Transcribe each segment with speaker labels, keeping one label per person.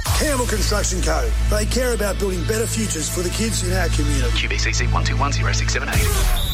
Speaker 1: Campbell Construction Co. They care about building better futures for the kids in our community.
Speaker 2: QBCC 12100678.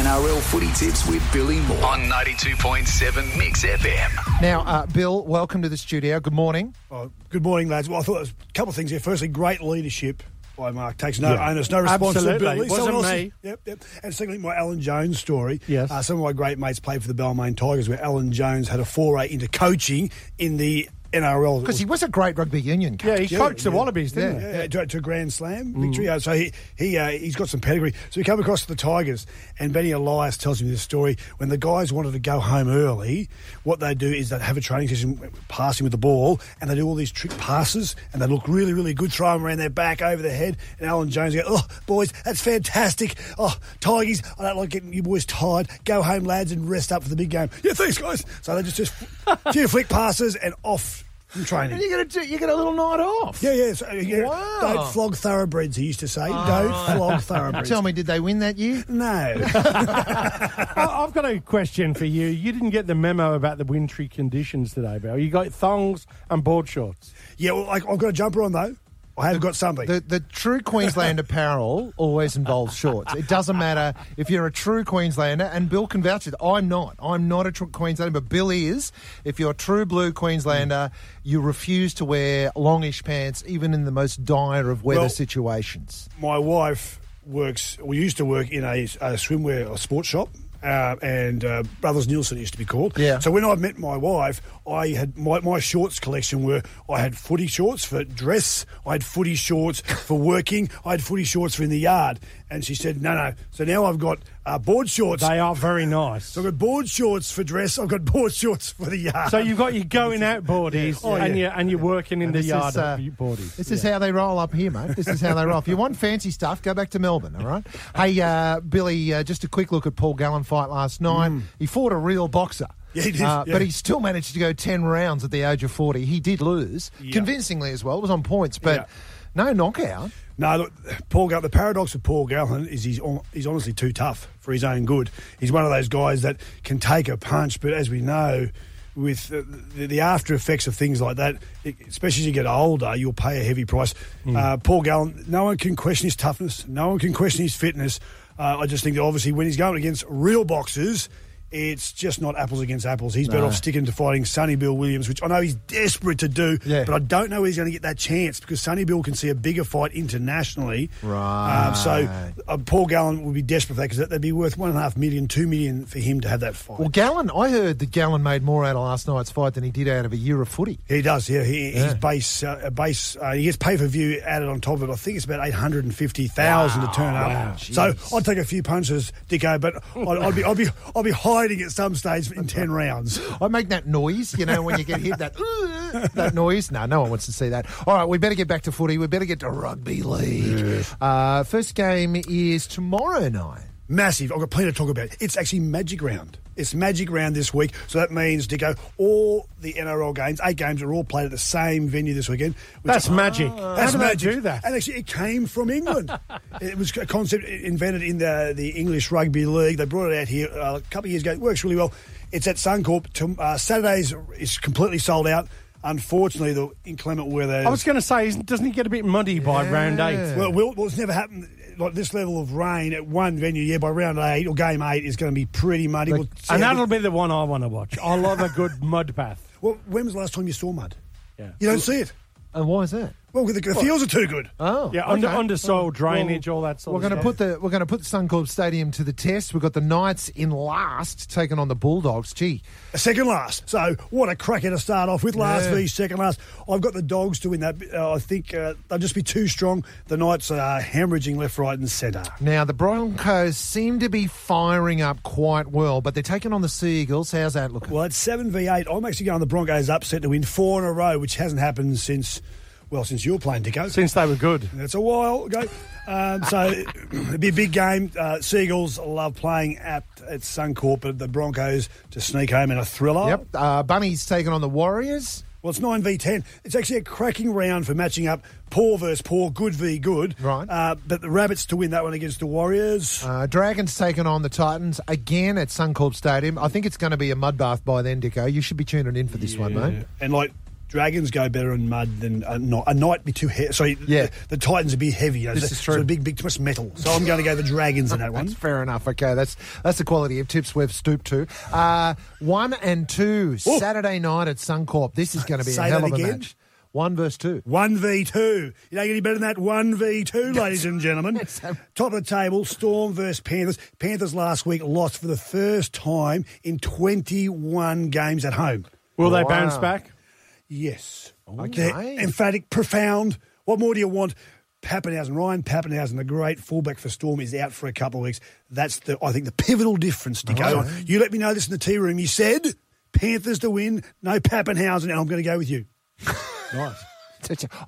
Speaker 2: NRL footy tips with Billy Moore on 92.7 Mix FM.
Speaker 3: Now, uh, Bill, welcome to the studio. Good morning.
Speaker 1: Oh, good morning, lads. Well, I thought there was a couple of things here. Firstly, great leadership by Mark. Takes no
Speaker 4: Yeah.
Speaker 1: onus, no
Speaker 4: Absolutely.
Speaker 1: responsibility.
Speaker 4: Wasn't
Speaker 1: Someone else's-
Speaker 4: me.
Speaker 1: Yep, yep. And secondly, my Alan Jones story.
Speaker 4: Yes.
Speaker 1: Uh, some of my great mates played for the Balmain Tigers, where Alan Jones had a foray into coaching in the NRL.
Speaker 3: Because he was a great rugby union coach.
Speaker 4: Yeah, he coached the
Speaker 1: yeah.
Speaker 4: Wallabies, didn't he? Mm.
Speaker 1: Yeah, to, to a Grand Slam victory. Uh, So he he uh, he's got some pedigree. So he came across the Tigers, and Benny Elias tells me this story. When the guys wanted to go home early, what they do is they have a training session passing with the ball, and they do all these trick passes, and they look really really good. Throw them around their back, over their head, and Alan Jones goes, "Oh, boys, that's fantastic. Oh, Tigers, I don't like getting you boys tired. Go home, lads, and rest up for the big game. Yeah, thanks, guys. So they just just few flick passes and off. From training.
Speaker 3: And you get, a, you get a little night off.
Speaker 1: Yeah, yeah. So, yeah
Speaker 3: Wow. Ah.
Speaker 1: Don't flog thoroughbreds, he used to say. don't flog thoroughbreds.
Speaker 3: Tell me, did they win that year?
Speaker 1: No.
Speaker 4: I- I've got a question for you. You didn't get the memo about the wintry conditions today, Bill. You got thongs and board shorts.
Speaker 1: yeah, well, like, I've got a jumper on, though. I have got something.
Speaker 3: The, the true Queensland apparel always involves shorts. It doesn't matter if you're a true Queenslander, and Bill can vouch for that. I'm not. I'm not a true Queenslander, but Bill is. If you're a true blue Queenslander, you refuse to wear longish pants, even in the most dire of weather
Speaker 1: Well-
Speaker 3: situations.
Speaker 1: My wife works, we used to work in a, a swimwear or sports shop. Uh, and uh, Brothers Nielsen it used to be called.
Speaker 3: Yeah.
Speaker 1: So when I met my wife, I had my, my shorts collection were I had footy shorts for dress, I had footy shorts for working, I had footy shorts for in the yard. And she said, no, no. So now I've got uh, board shorts.
Speaker 4: They are very nice.
Speaker 1: I've got board shorts for dress. I've got board shorts for the yard.
Speaker 4: So you've got your going out boardies
Speaker 1: Oh,
Speaker 4: and,
Speaker 1: yeah.
Speaker 4: you're, and you're working in
Speaker 3: And
Speaker 4: the
Speaker 3: this is,
Speaker 4: yard
Speaker 3: uh,
Speaker 4: boardies.
Speaker 3: This is how they roll up here, mate. This is how they roll. If you want fancy stuff, go back to Melbourne, all right? Hey, uh, Billy, uh, just a quick look at Paul Gallen fight last night. He fought a real boxer.
Speaker 1: Mm. Yeah, he did,
Speaker 3: Uh,
Speaker 1: yeah.
Speaker 3: But he still managed to go 10 rounds at the age of 40. He did lose, convincingly as well. It was on points, but no knockout.
Speaker 1: No, look, Paul. Gal- the paradox with Paul Gallen is he's on, he's honestly too tough for his own good. He's one of those guys that can take a punch, but as we know, with uh, the, the after effects of things like that, it- especially as you get older, you'll pay a heavy price. Uh, Paul Gallen. No one can question his toughness. No one can question his fitness. Uh, I just think that obviously when he's going against real boxers. It's just not apples against apples. He's better off sticking to fighting Sonny Bill Williams, which I know he's desperate to do,
Speaker 3: Yeah.
Speaker 1: but I don't know whether he's going to get that chance because Sonny Bill can see a bigger fight internationally.
Speaker 3: Right.
Speaker 1: Um, so uh, Paul Gallen would be desperate for that because that'd be worth one and a half million, two million for him to have that fight.
Speaker 3: Well, Gallen, I heard that Gallen made more out of last night's fight than he did out of a year of footy.
Speaker 1: he does. Yeah, he, his base, uh, a base, uh, he gets pay per view added on top of it. I think it's about eight hundred and fifty thousand to turn up. So I'd take a few punches, Dicko, but I'd, I'd be, I'd be, I'll be hiding at some stage in ten rounds.
Speaker 3: I make that noise, you know, when you get hit, that "Ugh," that noise. No, no one wants to see that. All right, we better get back to footy. We better get to rugby league. Uh, first game is tomorrow night.
Speaker 1: Massive. I've got plenty to talk about. It's actually Magic Round. It's Magic Round this week. So that means, Dicko, all the NRL games, eight games, are all played at the same venue this weekend. which-
Speaker 4: That's magic.
Speaker 1: That's
Speaker 4: how do they
Speaker 1: magic.
Speaker 4: do that?
Speaker 1: And actually, it came from England. it was a concept invented in the, the English Rugby League. They brought it out here uh, a couple of years ago. It works really well. It's at Suncorp. To, uh, Saturdays is completely sold out. Unfortunately, the inclement weather.
Speaker 4: I was going to say, isn't, doesn't it get a bit muddy by round eight?
Speaker 1: Well, well, well, it's never happened like this level of rain at one venue. Yeah, by round eight or game eight, it's going to be pretty muddy. We'll see
Speaker 4: and
Speaker 1: how
Speaker 4: that'll be the one I want to watch. I love a good mud bath.
Speaker 1: good- well, when was the last time you saw mud?
Speaker 4: Yeah.
Speaker 1: You don't see it.
Speaker 3: And why is that?
Speaker 1: Well, the, the fields are too good.
Speaker 3: Oh,
Speaker 4: Yeah, under,
Speaker 3: okay.
Speaker 4: under soil drainage, all that sort
Speaker 3: We're going to
Speaker 4: of stuff.
Speaker 3: put the we're going to put Suncorp Stadium to the test. We've got the Knights in last, taking on the Bulldogs. Gee,
Speaker 1: Second last. So what a cracker to start off with. Last
Speaker 3: Yeah.
Speaker 1: v second last. I've got the dogs to win that. Uh, I think uh, they'll just be too strong. The Knights are hemorrhaging left, right, and centre.
Speaker 3: now the Broncos seem to be firing up quite well, but they're taking on the Seagulls. How's that looking?
Speaker 1: Well, it's seven v eight. I'm actually going the Broncos upset to win four in a row, which hasn't happened since. Well, since you were playing, Dicko.
Speaker 4: Since they were good.
Speaker 1: That's a while ago. Um, so it'd be a big game. Uh, Seagulls love playing at, at Suncorp, but the Broncos to sneak home in a thriller.
Speaker 3: Yep, uh, Bunny's taking on the Warriors.
Speaker 1: Well, it's 9 v 10. It's actually a cracking round for matching up poor versus poor, good v good.
Speaker 3: Right.
Speaker 1: Uh, but the Rabbits to win that one against the Warriors.
Speaker 3: Uh, Dragons taking on the Titans again at Suncorp Stadium. I think it's going to be a mud bath by then, Dicko. You should be tuning in for this one, mate.
Speaker 1: and like dragons go better in mud than a night. A night be too heavy. So
Speaker 3: Yeah.
Speaker 1: the, the Titans would be heavy. You know,
Speaker 3: This
Speaker 1: so-
Speaker 3: is true.
Speaker 1: So big, big, too much metal. So I'm going to go the dragons in that one.
Speaker 3: That's fair enough. Okay, that's that's the quality of tips we've stooped to. Uh, one and two Saturday night at Suncorp. This is going to be
Speaker 1: Oh! Say
Speaker 3: a hell
Speaker 1: that
Speaker 3: of a
Speaker 1: again?
Speaker 3: match. One versus two.
Speaker 1: One v two. You don't get any better than that. One v two, ladies and gentlemen. Top of the table, Storm versus Panthers. Panthers last week lost for the first time in 21 games at home.
Speaker 4: Will they
Speaker 3: Wow.
Speaker 4: bounce back?
Speaker 1: Yes.
Speaker 3: Okay.
Speaker 1: They're emphatic, profound. What more do you want? Pappenhausen, Ryan Pappenhausen, the great fullback for Storm, is out for a couple of weeks. That's the, I think, the pivotal difference to go on. You let me know this in the tea room. You said Panthers to win, no Pappenhausen, and I'm going to go with you.
Speaker 4: Nice.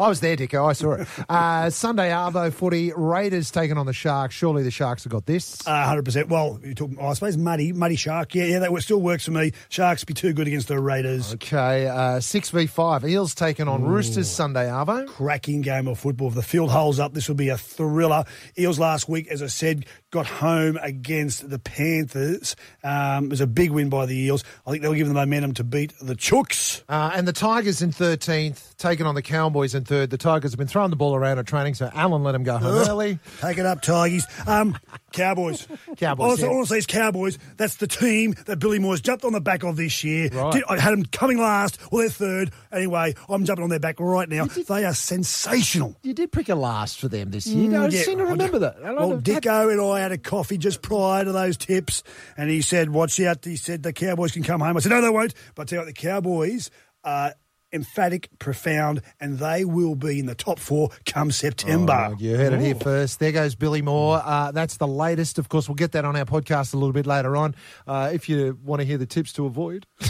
Speaker 3: I was there, Dicko. I saw it. Uh, Sunday Arvo footy. Raiders taking on the Sharks. Surely the Sharks have got this.
Speaker 1: hundred percent. Well, you talk, I suppose muddy, muddy shark. Yeah, yeah, that still works for me. Sharks be too good against the Raiders.
Speaker 3: Okay, uh, 6v5. Eels taking on Roosters Sunday Arvo.
Speaker 1: Cracking game of football. If the field holds up, this will be a thriller. Eels last week, as I said, got home against the Panthers. Um, it was a big win by the Eels. I think they'll give them the momentum to beat the Chooks.
Speaker 3: Uh, and the Tigers in 13th, taking on the Cowboys in third. The Tigers have been throwing the ball around at training, so Allen let him go home early.
Speaker 1: Take it up, Tigers. Um, Cowboys.
Speaker 3: Cowboys,
Speaker 1: Honestly,
Speaker 3: yeah.
Speaker 1: honestly, it's Cowboys. That's the team that Billy Moore's jumped on the back of this year.
Speaker 3: Right.
Speaker 1: Did- I had them coming last, or they're third. Anyway, I'm jumping on their back right now. They are sensational.
Speaker 3: You did pick a last for them this year. I
Speaker 1: Mm, Yeah,
Speaker 3: seem to
Speaker 1: I
Speaker 3: remember
Speaker 1: do.
Speaker 3: that. I
Speaker 1: well,
Speaker 3: don't-
Speaker 1: Dicko and I had a coffee just prior to those tips, and he said, "Watch out!" He said, "The Cowboys can come home." I said, "No, they won't." But I tell you what, the Cowboys are emphatic, profound, and they will be in the top four come September.
Speaker 3: Oh, you heard it here first. There goes Billy Moore. Uh, that's the latest. Of course, we'll get that on our podcast a little bit later on. Uh, if you want to hear the tips to avoid,
Speaker 1: Hmm.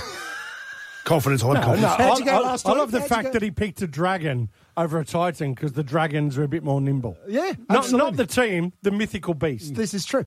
Speaker 1: Confidence, high
Speaker 4: No,
Speaker 1: confidence.
Speaker 4: I,
Speaker 3: How'd you go
Speaker 4: I-
Speaker 3: last
Speaker 4: I
Speaker 3: time?
Speaker 4: love the
Speaker 3: How'd you go?
Speaker 4: fact that he picked a dragon over a titan because the dragons are a bit more nimble.
Speaker 3: Yeah,
Speaker 4: not,
Speaker 3: absolutely.
Speaker 4: not the team, the mythical beast.
Speaker 3: this is true.